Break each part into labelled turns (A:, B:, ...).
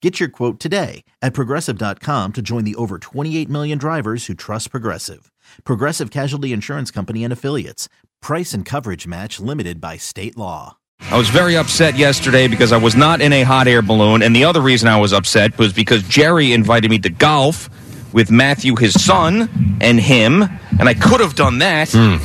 A: Get your quote today at progressive.com to join the over 28 million drivers who trust Progressive. Progressive Casualty Insurance Company and Affiliates. Price and coverage match limited by state law.
B: I was very upset yesterday because I was not in a hot air balloon. And the other reason I was upset was because Jerry invited me to golf with Matthew, his son, and him. And I could have done that.
C: Hmm.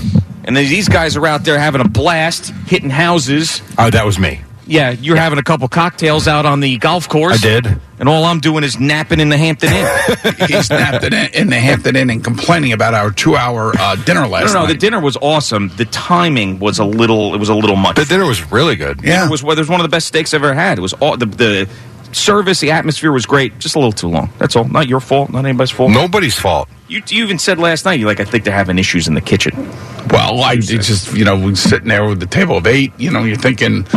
B: And then these guys are out there having a blast, hitting houses.
C: Oh, that was me.
B: Yeah, you're having a couple cocktails out on the golf course.
C: I did.
B: And all I'm doing is napping in the Hampton Inn.
D: he snapped it in, in the Hampton Inn and complaining about our two-hour uh, dinner
B: no,
D: last
B: no, no, the
D: night.
B: dinner was awesome. The timing was a little, it was a little much.
C: The dinner was really good.
D: yeah,
B: It was, well, it was one of the best steaks I've ever had. It was all the, the service, the atmosphere was great. Just a little too long. That's all. Not your fault. Not anybody's fault.
C: Nobody's fault.
B: You, you even said last night you like I think they're having issues in the kitchen.
D: well, I it's just you know we're sitting there with the table of eight. You know, you're thinking,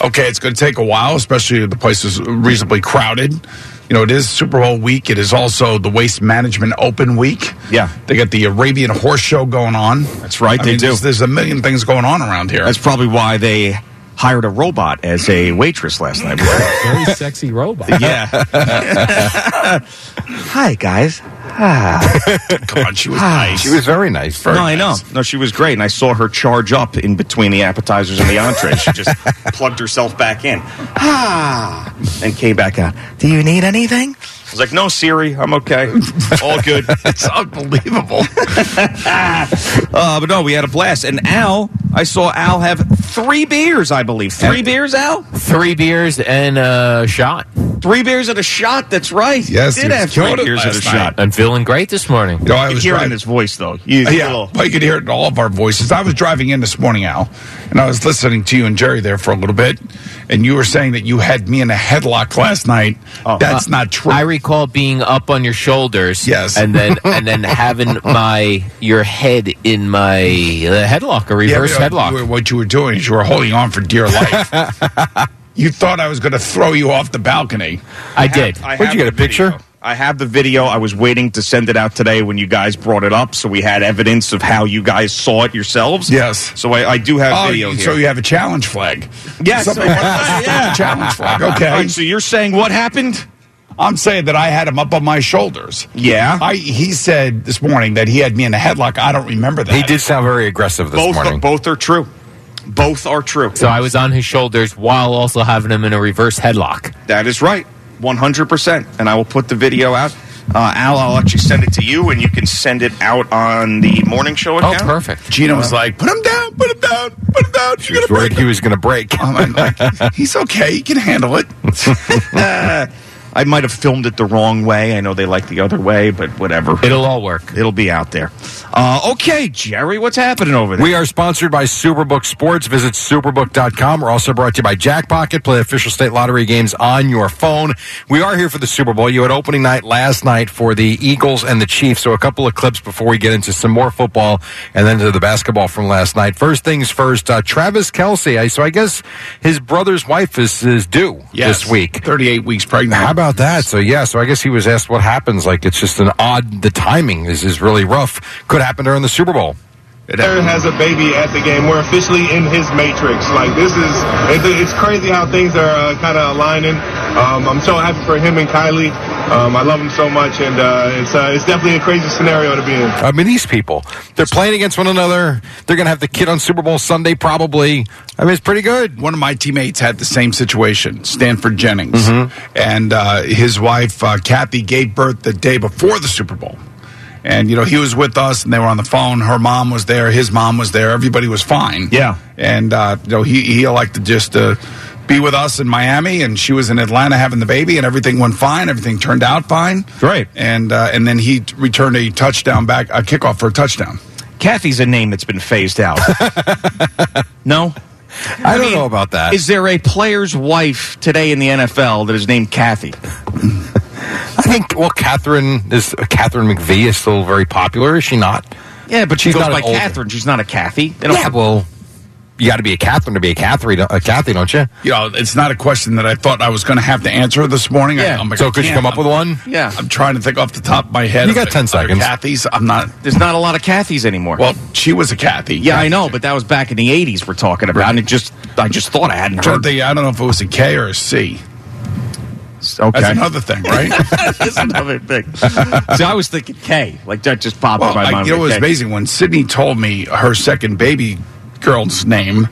D: okay, it's going to take a while, especially if the place is reasonably crowded. You know, it is Super Bowl week. It is also the Waste Management Open week.
B: Yeah.
D: they got the Arabian Horse Show going on.
B: That's right,
D: I
B: they
D: mean,
B: do.
D: There's, there's a million things going on around here.
B: That's probably why they hired a robot as a waitress last night.
E: very sexy robot.
B: yeah. Hi guys.
D: Come on, she was
B: Ah,
D: nice.
C: She was very nice.
B: no, I know. No, she was great, and I saw her charge up in between the appetizers and the entree. she just plugged herself back in, ah, and came back out. Do you need anything? I was like, No, Siri, I'm okay, all good.
D: It's unbelievable.
B: Uh, but no, we had a blast. And Al, I saw Al have three beers, I believe. Three beers, Al?
E: Three beers and a shot.
B: Three beers at a shot. That's right.
D: Yes,
B: He
D: he
B: did
D: was
B: have
D: killing
B: three
D: it
B: beers at a
D: last night.
B: shot.
E: I'm feeling great this morning.
D: You know, I
B: You
D: was
B: hear it in
D: driving-
B: his voice, though. He's
D: yeah, but you could hear it in all of our voices. I was driving in this morning, Al, and I was listening to you and Jerry there for a little bit, and you were saying that you had me in a headlock last night. That's not true.
E: I recall being up on your shoulders,
D: Yes.
E: and then and then having my your head in my uh, headlock, a
D: Yeah,
E: reverse
D: you know,
E: headlock.
D: you were- what you were doing is you were holding on for dear life. you thought I was going to throw you off the balcony.
E: I did.
B: I
C: Where'd you
B: have
C: get
B: the
C: a
B: video.
C: picture?
B: I have the video. I was waiting to send it out today when you guys brought it up, so we had evidence of how you guys saw it yourselves.
D: Yes.
B: So I, I do have
D: Oh,
B: video
D: you-
B: here.
D: so you have a challenge flag.
B: yes.
D: Somebody wants to have a challenge flag. Okay.
B: All right, so you're saying what happened?
D: I'm saying that I had him up on my shoulders.
B: Yeah.
D: I, he said this morning that he had me in a headlock. I don't remember that.
C: He did sound very aggressive this
B: Both are,
C: morning.
B: both are true. Both are true.
E: so I was on his shoulders while also having him in a reverse headlock.
B: That is right, 100%. And I will put the video out. Uh, Al, I'll actually send it to you, and you can send it out on the morning show
E: Oh,
B: account.
E: perfect.
D: Gina was
C: Uh-huh.
D: like, "Put him down, put him down, put him down."
C: She
D: You're
C: was
D: gonna break
C: worried he was going to break.
D: him." I'm like, he's okay. He can handle it.
B: I might have filmed it the wrong way. I know they like the other way, but whatever. It'll,
E: It'll all work.
B: it'll be out there. Uh, okay, Jerry, what's happening over there?
C: We are sponsored by Superbook Sports. Visit superbook.com. We're also brought to you by Jackpocket. Play official state lottery games on your phone. We are here for the Super Bowl. You had opening night last night for the Eagles and the Chiefs. So a couple of clips before we get into some more football and then to the basketball from last night. First things first, uh, Travis Kelsey. I, so I guess his brother's wife is, is due this week.
D: thirty-eight weeks pregnant.
C: How about that? So yeah, so I guess he was asked what happens. Like it's just an odd. The timing is is really rough. Could happen during the Super Bowl.
F: Aaron has a baby at the game. We're officially in his matrix. Like this is, it, it's crazy how things are uh, kind of aligning. Um, I'm so happy for him and Kylie. Um, I love him so much, and uh, it's uh, it's definitely a crazy scenario to be in.
C: I mean, these people, they're playing against one another. They're going to have the kid on Super Bowl Sunday, probably. I mean, it's pretty good.
D: One of my teammates had the same situation, Stanford Jennings,
C: Mm-hmm.
D: and uh, his wife uh, Kathy gave birth the day before the Super Bowl. And you know he was with us, and they were on the phone. Her mom was there, his mom was there. Everybody was fine.
B: Yeah.
D: And uh, you know he he elected just to be with us in Miami, and she was in Atlanta having the baby, and everything went fine. Everything turned out fine.
B: Great.
D: And uh, and then he t- returned a touchdown back, a kickoff for a touchdown.
B: Kathy's a name that's been phased out. no?
C: I, don't know about that.
B: Is there a player's wife today in the NFL that is named Kathy?
C: I think, well, Catherine is Catherine McVie is still very popular, is she not?
B: Yeah, but she
C: She's
B: goes
C: not
B: by
C: an old-
B: Catherine. She's not a Kathy. They don't-
C: Yeah, well, you got to be a Catherine to be a Catherine, a Kathy, don't you?
D: you know, it's not a question that I thought I was going to have to answer this morning.
B: Yeah.
D: I, I'm like,
C: So could you
D: "Damn,
C: come up with one?
B: yeah.
D: I'm trying to think off the top of my head.
C: You
D: of
C: got
D: the
C: 10
D: other
C: seconds.
D: Kathy's. I'm not.
B: There's not a lot of Kathys anymore.
D: Well, she was a Kathy.
B: yeah, I know, but that was back in the 80s we're talking about. And it just, I just thought I hadn't
D: I'm trying
B: heard
D: to think. I don't know if it was a K or a C.
B: Okay.
D: That's another thing, right?
B: That's another thing. See, I was thinking K. Like, that just popped
D: well,
B: in my
D: I,
B: mind.
D: you know, it
B: with
D: was
B: K.
D: amazing when Sydney told me her second baby girl's name,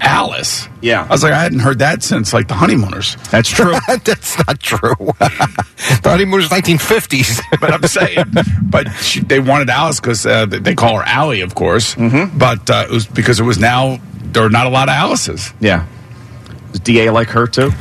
D: Alice.
B: Yeah.
D: I was like, I hadn't heard that since like the honeymooners.
B: That's true.
C: That's not true. the honeymoon's 1950s.
D: but I'm saying, but she, they wanted Alice because uh, they- they call her Allie, of course. Mm-hmm. But uh, it was because it was now there are not a lot of Alice's.
B: yeah. Does DA like her, too?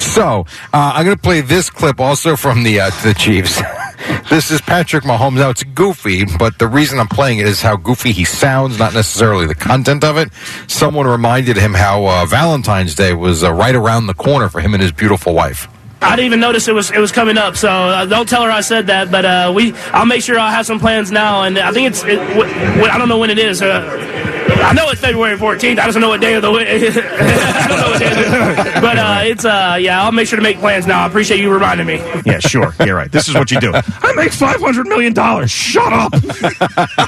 C: So uh, I'm going to play this clip also from the uh, the Chiefs. this is Patrick Mahomes. Now it's goofy, but the reason I'm playing it is how goofy he sounds, not necessarily the content of it. Someone reminded him how uh, Valentine's Day was uh, right around the corner for him and his beautiful wife.
G: I didn't even notice it was it was coming up, so uh, don't tell her I said that. But uh, we, I'll make sure I'll have some plans now, and I think it's it, w- w- I don't know when it is. Uh, I know it's February 14th. I just don't know what day of the week. I don't know what day it is. But uh, it's uh, yeah, I'll make sure to make plans now. I appreciate you reminding me.
B: Yeah, sure. You're right. This is what you do. I make $500 million. Shut up.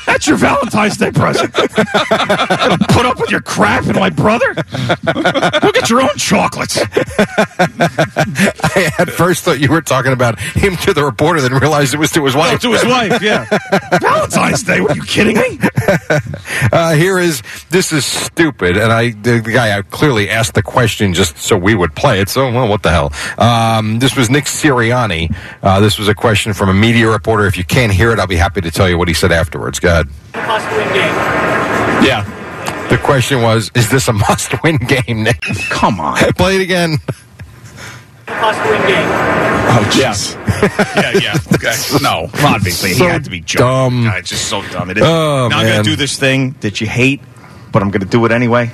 B: That's your Valentine's Day present. Put up with your crap and my brother. Go get your own chocolates.
C: I at first thought you were talking about him to the reporter, then realized it was to his wife.
B: To his wife, yeah. Valentine's Day? Were you kidding me?
C: Uh, here is this is stupid, and I the, the guy I clearly asked the question just so we would play it. So well, what the hell? Um, this was Nick Sirianni. Uh, this was a question from a media reporter. If you can't hear it, I'll be happy to tell you what he said afterwards. Go ahead.
B: Yeah.
C: The question was: Is this a must-win game, Nick?
B: Come on.
C: play it again.
D: Oh, yes. yeah, yeah. Okay. No.
B: Obviously,
C: So
B: he had to be joking.
C: dumb.
B: God, it's just so dumb. It is.
C: Oh,
B: now I'm going
C: man.
B: to do this thing that you hate, but I'm going to do it anyway.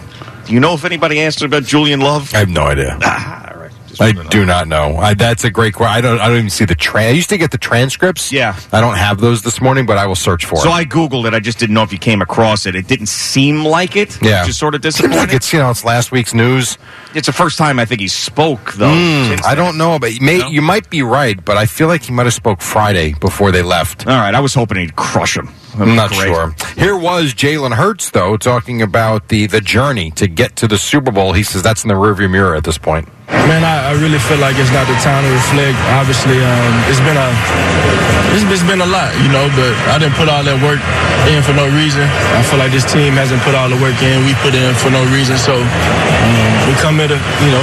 B: Do you know if anybody asked about Julian Love?
C: I have no idea.
B: All right. Just
C: I
B: moving on.
C: do not know. I, that's a great question. I don't. I don't even see the tra I used to get the transcripts.
B: Yeah.
C: I don't have those this morning, but I will search for
B: So
C: it.
B: I Googled it. I just didn't know if you came across it. It didn't seem like it.
C: yeah,
B: Just sort of
C: Seems
B: disappointing.
C: like
B: it's,
C: it's you know it's last week's news.
B: the first time I think he spoke, though. since
C: I
B: then.
C: don't know, but you may, you might be right. But I feel like he might have spoke Friday before they left.
B: All right. I was hoping he'd crush him. That'd be
C: I'm not
B: great.
C: sure. Here was Jalen Hurts though talking about the the journey to get to the Super Bowl. He says that's in the rearview mirror at this point.
H: Man, I, I really feel like it's not the time to reflect. Obviously, um, it's been a it's, it's been a lot, you know. But I didn't put all that work in for no reason. I feel like this team hasn't put all the work in. We put in for no reason, so um, we come here to you know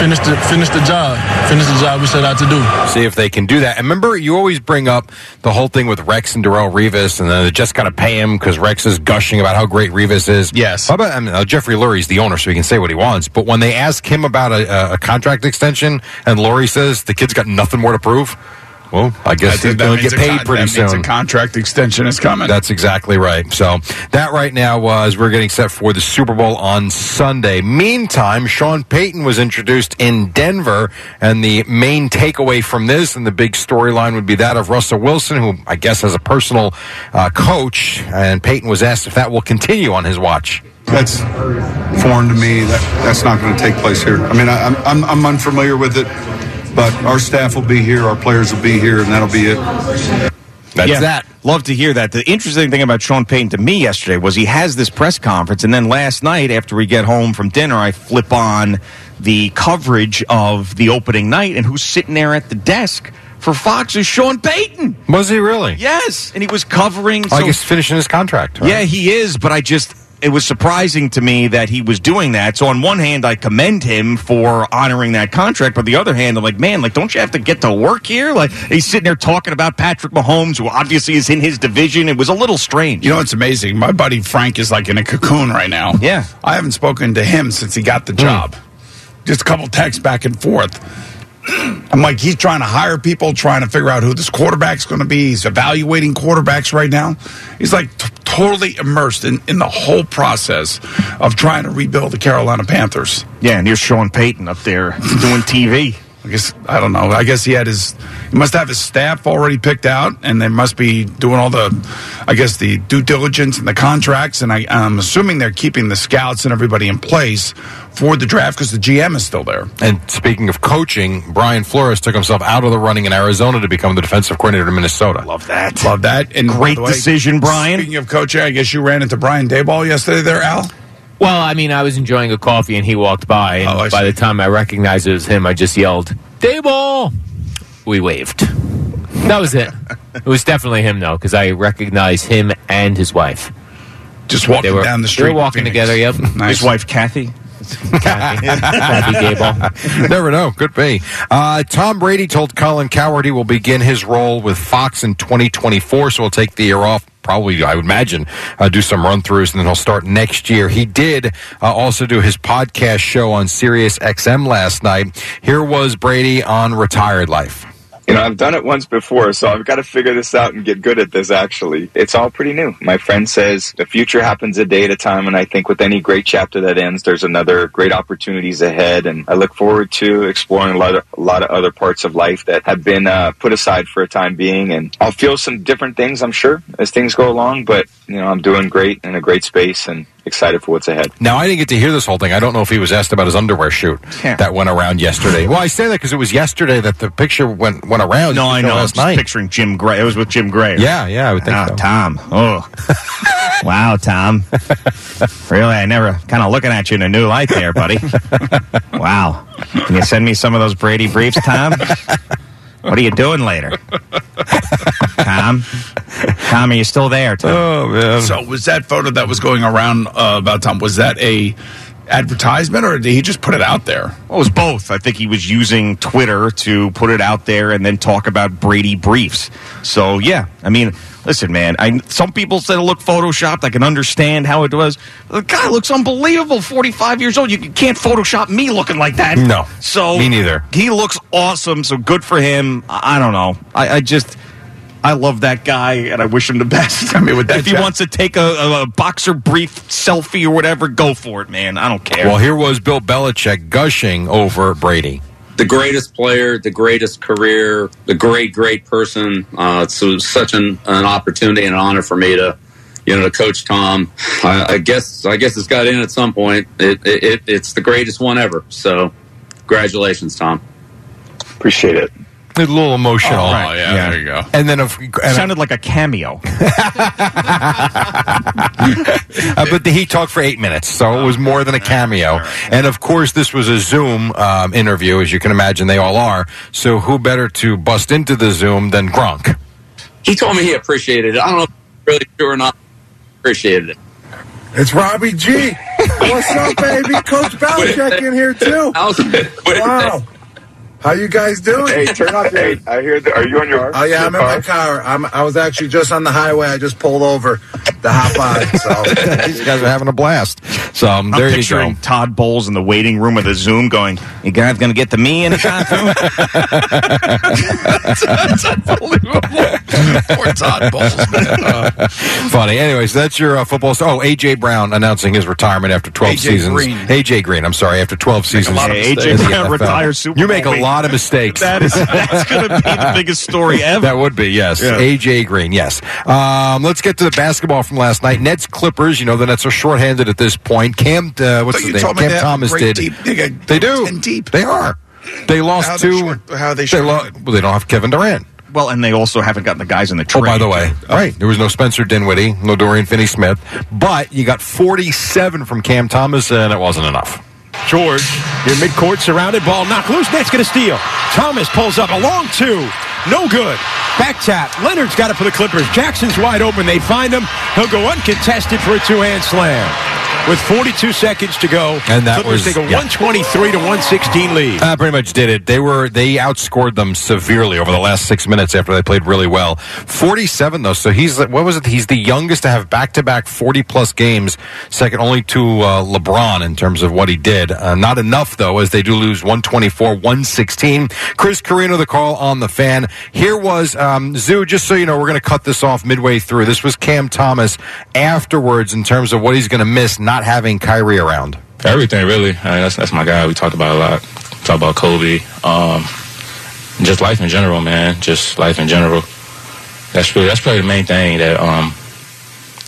H: finish the finish the job, finish the job we set out to do.
C: See if they can do that. And remember, you always bring up the whole thing with Rex and Darrell Revis, and then they just got to pay him because Rex is gushing about how great Revis is.
D: Yes.
C: How about I mean, uh, Jeffrey Lurie's the owner, so he can say what he wants. But when they ask him about a, a, a contract extension, and Lurie says the kid's got nothing more to prove, well, I
D: I
C: guess
D: think that
C: he's going to
D: means
C: get
D: a
C: paid
D: con-
C: pretty
D: that means
C: soon.
D: a contract extension is coming.
C: That's exactly right. So that right now was we're getting set for the Super Bowl on Sunday. Meantime, Sean Payton was introduced in Denver, and the main takeaway from this and the big storyline would be that of Russell Wilson, who I guess has a personal uh, coach, and Payton was asked if that will continue on his watch.
I: That's foreign to me. That, that's not going to take place here. I mean, I, I'm- I'm, I'm unfamiliar with it, but our staff will be here, our players will be here, and that'll be it.
C: That's that.
B: Love to hear that. The interesting thing about Sean Payton to me yesterday was he has this press conference, and then last night after we get home from dinner, I flip on the coverage of the opening night, and who's sitting there at the desk for Fox is Sean Payton.
C: Was he really?
B: Yes, Oh, and he was covering.
C: I
B: so-
C: guess finishing his contract. right?
B: yeah, he is, but I just it was surprising to me that he was doing that. So on one hand, I commend him for honoring that contract, but the other hand, I'm like, man, like don't you have to get to work here? Like he's sitting there talking about Patrick Mahomes, who obviously is in his division. It was a little strange.
D: You know, it's amazing. My buddy Frank is like in a cocoon right now.
B: Yeah. Hmm.
D: I haven't spoken to him since he got the job. Just a couple texts back and forth. I'm like, he's trying to hire people, trying to figure out who this quarterback's going to be. He's evaluating quarterbacks right now. He's like t- totally immersed in, in the whole process of trying to rebuild the Carolina Panthers.
B: Yeah, and here's Sean Payton up there doing TV.
D: I guess I don't know. I guess he had his he must have his staff already picked out, and they must be doing all the, I guess the due diligence and the contracts, and I, I'm assuming they're keeping the scouts and everybody in place for the draft because the GM is still there.
C: And speaking of coaching, Brian Flores took himself out of the running in Arizona to become the defensive coordinator in Minnesota.
B: Love that.
D: Love that and by
B: Great
D: the way,
B: decision, Brian.
D: Speaking of coaching, I guess you ran into Brian Dayball yesterday there, Al.
E: Well, I mean, I was enjoying a coffee and he walked by, and
D: Oh, I
E: by
D: see.
E: the time I recognized it was him, I just yelled, "Dayball!" We waved. That was it. it was definitely him though, because I recognized him and his wife.
D: Just
E: They
D: walking
E: were
D: down the
E: They
D: street.
E: were
D: in
E: walking
D: Phoenix.
E: together. Yep.
D: Nice.
B: His wife Kathy.
E: Kathy, Kathy Dayball.
C: Never know. Could be. Uh, Tom Brady told Colin Coward he will begin his role with Fox in 2024, so he'll take the year off. Probably, I would imagine, uh, do some run throughs and then he'll start next year. He did uh, also do his podcast show on Sirius XM last night. Here was Brady on retired life.
J: You know, I've done it once before, so I've got to figure this out and get good at this, actually. It's all pretty new. My friend says the future happens a day at a time, and I think with any great chapter that ends, there's another great opportunities ahead, and I look forward to exploring a lot of, a lot of other parts of life that have been uh, put aside for a time being, and I'll feel some different things, I'm sure, as things go along, but, you know, I'm doing great in a great space and excited for what's ahead.
C: Now, I didn't get to hear this whole thing. I don't know if he was asked about his underwear shoot
B: Yeah.
C: that went around yesterday. Well, I say that because it was yesterday that the picture went went around.
B: No, I know. I was
C: Last
B: just
C: night.
B: picturing Jim Gray. It was with Jim Gray. right?
C: Yeah, yeah, I would think
B: Oh,
C: so.
B: Tom. Oh. wow, Tom. really, I never kind of looking at you in a new light there, buddy. wow. Can you send me some of those Brady briefs, Tom? what are you doing later? Tom? Tom, are you still there, Tom?
C: Oh man.
D: So was that photo that was going around uh, about Tom? Was that a advertisement, or did he just put it out there?
B: Well, it was both. I think he was using Twitter to put it out there and then talk about Brady briefs. So yeah, I mean, listen, man. I some people said it looked photoshopped. I can understand how it was. The guy looks unbelievable. Forty five years old. You, you can't Photoshop me looking like that.
C: No.
B: So
C: Me neither.
B: He looks awesome. So good for him. I, I don't know. I, I just. I love that guy, and I wish him the best. I
D: mean, with that
B: if he
D: jack-
B: wants to take a, a, a boxer brief selfie or whatever, go for it, man. I don't care.
C: Well, here was Bill Belichick gushing over Brady.
K: the greatest player, the greatest career, the great, great person. Uh, it's so- such an, an opportunity and an honor for me to, you know, to coach Tom. I, I guess I guess it's got in at some point. It, it, it it's the greatest one ever. So, congratulations, Tom.
J: Appreciate it.
C: A little emotional.
B: Oh, Yeah.
D: there you go.
C: And then, of, and-
B: sounded like a cameo.
C: uh, but he talked for eight minutes, so it was more than a cameo. And of course, this was a Zoom um, interview, as you can imagine, they all are. So, who better to bust into the Zoom than Gronk?
K: He told me he appreciated it. I don't know if it's really true or not. Appreciated it.
L: It's Robbie G. What's up, baby? Coach Belichick in here too.
K: I was,
L: Wow. How you guys
J: Hey,
L: doing?
J: turn off. hey, I hear. The, are you on your?
L: Oh yeah, I'm in my car. I'm, I was actually just on the highway. I just pulled over to hop on. So
C: These guys are having a blast. So, um, there
B: I'm
C: you go.
B: picturing Todd Bowles in the waiting room of the Zoom going, You guys going to get to me in a time
D: Poor Todd Bowles.
C: Funny. Anyway, so that's your uh, football. St- oh, AJ Brown announcing his retirement after twelve
D: A.J.
C: seasons.
D: Green.
C: AJ Green. I'm sorry, after twelve seasons.
D: lot of
C: in
D: mistakes.
C: the
B: AJ Brown
C: NFL.
B: retires Super
C: You make
B: Bowl
C: a
B: week.
C: lot of mistakes.
B: That is, that's going to be the biggest story ever.
C: That would be, yes. AJ Green, yes. Um, let's get to the basketball from last night. Nets Clippers, you know, the Nets are shorthanded at this point. Cam, uh, what's
D: But
C: his
D: you
C: name?
D: told me
C: Cam
D: they have
C: Thomas
D: great
C: did.
D: deep- they got
C: They do.
D: 10 deep.
C: They are. They lost
D: How they
C: two.
D: short- how they
C: lo-
D: shorthanded?
C: well, they don't have Kevin Durant.
B: Well, and they also haven't gotten the guys in the
C: Oh,
B: trade.
C: by the way, right. There was no Spencer Dinwiddie, no Dorian Finney Smith, but you got 47 from Cam Thomas, and it wasn't enough.
M: George, your midcourt surrounded ball knocked loose. Nate's going to steal. Thomas pulls up a long two. No good. Back tap. Leonard's got it for the Clippers. Jackson's wide open. They find him. He'll go uncontested for a two hand slam. With 42 seconds to go,
C: And that
M: Clippers
C: was-
M: take a
C: yeah.
M: 123 to 116 lead.
C: That Uh, pretty much did it. They were they outscored them severely over the last six minutes after they played really well. Forty seven though, so he's the- what was it? He's the youngest to have back to back forty plus games, second only to uh, LeBron in terms of what he did. Uh, not enough though, as they do lose one twenty four one sixteen. Chris Carino, the call on the fan. Here was um, Zoo. Just so you know, we're going to cut this off midway through. This was Cam Thomas afterwards in terms of what he's going to miss not having Kyrie around.
N: Everything really. I mean, that's that's my guy. We talked about a lot. Talk about Kobe. Um, just life in general, man. Just life in general. That's really that's probably the main thing that um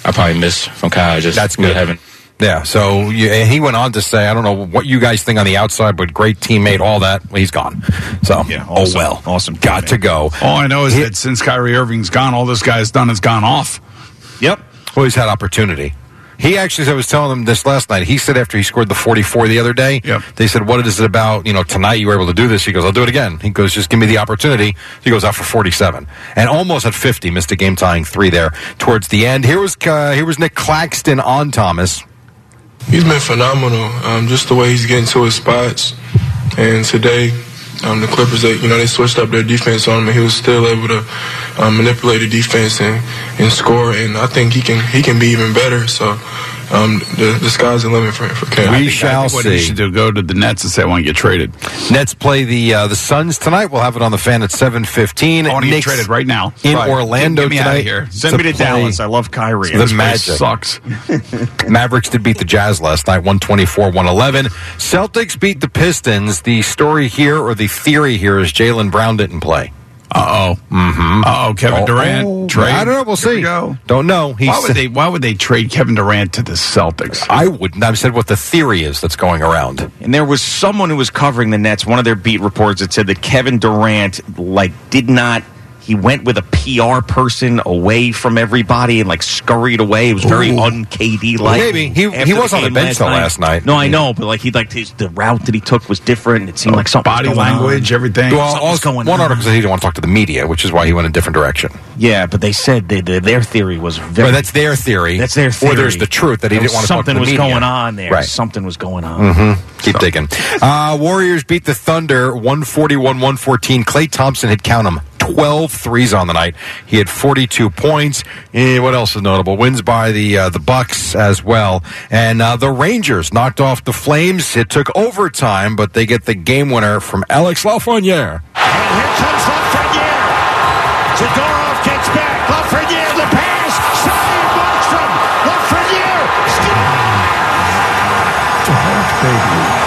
N: I probably miss from Kyle. Just
C: That's good.
N: Having
C: Yeah. So you, and he went on to say, I don't know what you guys think on the outside, but great teammate, all that. Well, he's gone. So oh well, awesome. Got to go.
D: All I know is that since Kyrie Irving's gone, all this guy's done is gone off.
C: Yep. Well, he's had opportunity. He actually, as I was telling him this last night, he said after he scored the 44 the other day, they said, What is it about, you know, tonight you were able to do this? He goes, I'll do it again. He goes, Just give me the opportunity. He goes out for 47 and almost at 50, missed a game tying three there towards the end. Here was, uh, here was Nick Claxton on Thomas.
O: He's been phenomenal. Um, just the way he's getting to his spots. And today, um, the Clippers, they, you know, they switched up their defense on him, and he was still able to um, manipulate the defense and, and score. And I think he can he can be even better. So um, the, the sky's the limit for, for Cam.
D: what He should do, go to the Nets and say, "I want to get traded."
C: Nets play the uh, the Suns tonight. We'll have it on the fan at seven fifteen.
D: I want to get traded right now
C: in
D: Right.
C: Orlando
D: Get me
C: tonight.
D: out of here. Send me to
C: play
D: Dallas. I love Kyrie.
C: The
D: This place
C: Magic
D: sucks.
C: Mavericks did beat the Jazz last night, 124 111. Celtics beat the Pistons. The story here, or the theory here, is Jalen Brown didn't play.
D: Uh oh.
C: Mm-hmm.
D: Oh, Kevin Durant trade.
C: I don't know. We'll see.
D: go.
C: Don't know. He
D: why would
C: said-
D: they? Why would they trade Kevin Durant to the Celtics?
C: I wouldn't. I've said what the theory is that's going around.
B: And there was someone who was covering the Nets, one of their beat reports that said that Kevin Durant like did not he went with a PR person away from everybody and like scurried away. It was very un KD like.
C: Maybe. He- he was on the bench, though, last night.
B: No, I know, but like he like his the route that he took was different. It
C: Oh,
B: seemed like something was
D: body
B: going
D: language,
B: on.
D: everything.
B: Well,
C: Well, also, one article said he didn't want to talk to the media, which is why he went a different direction.
B: yeah, but they said they, they, their theory was very.
C: Well, that's their theory.
B: That's their theory.
C: Or there's the truth that he
B: There
C: didn't want
B: was
C: to talk to
B: Something
C: the
B: was
C: media.
B: going on there.
C: Right.
B: Something was going on.
C: Mm-hmm. Keep digging. Uh, Warriors beat the Thunder 141 114. Clay Thompson had count him 12 threes on the night. He had 42 points. Eh, what else is notable? Wins by the uh, the Bucks as well. And uh, the Rangers knocked off the Flames. It took overtime, but they get the game winner from Alex Lafreniere.
M: comes Lafreniere. Zadorov gets back. Lafreniere, the pass. Saved Markstrom. Lafreniere scores. The game winner, Alexei Lafreniere.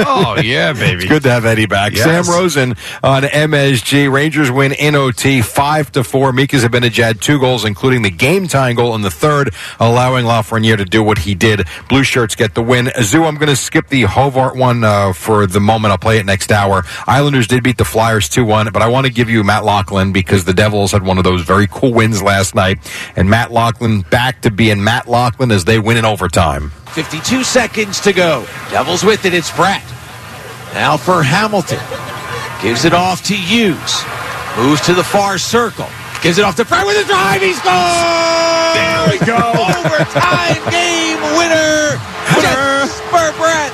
C: oh yeah, baby! It's good to have Eddie back.
M: Yes.
C: Sam Rosen on MSG. Rangers win in OT five to four. Mika's Zibanejad two goals, including the game tying goal in the third, allowing Lafreniere to do what he did. Blue shirts get the win. Zoo, I'm going to skip the Hovart one uh, for the moment. I'll play it next hour. Islanders did beat the Flyers two one, but I want to give you Matt Lachlan because the Devils had one of those very cool wins last night, and Matt Lachlan back to being Matt Lachlan as they win in overtime.
P: 52 seconds to go. Devils with it. It's Bratt. Now for Hamilton. Gives it off to Hughes. Moves to the far circle. Gives it off to Bratt with a drive. He scores! There we go. Overtime game winner. Just for Bratt.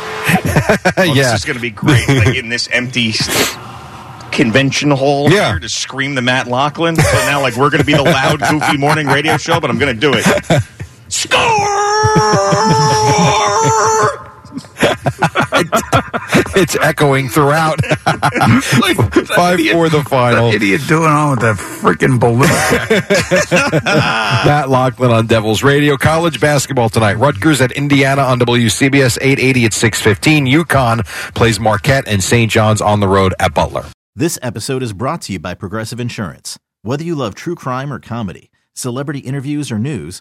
B: Oh,
C: Yeah.
B: This is going to be great. Like in this empty s- convention hall
C: Yeah.
B: here to scream the Matt Lachlan. So now, like, we're going to be the loud, goofy morning radio show, but I'm going to do it.
C: it's echoing throughout. Five for the final.
D: idiot doing on with that freaking balloon?
C: Matt Lachlan on Devils Radio. College basketball tonight. Rutgers at Indiana on WCBS 880 at 615. UConn plays Marquette and St. John's on the road at Butler.
A: This episode is brought to you by Progressive Insurance. Whether you love true crime or comedy, celebrity interviews or news,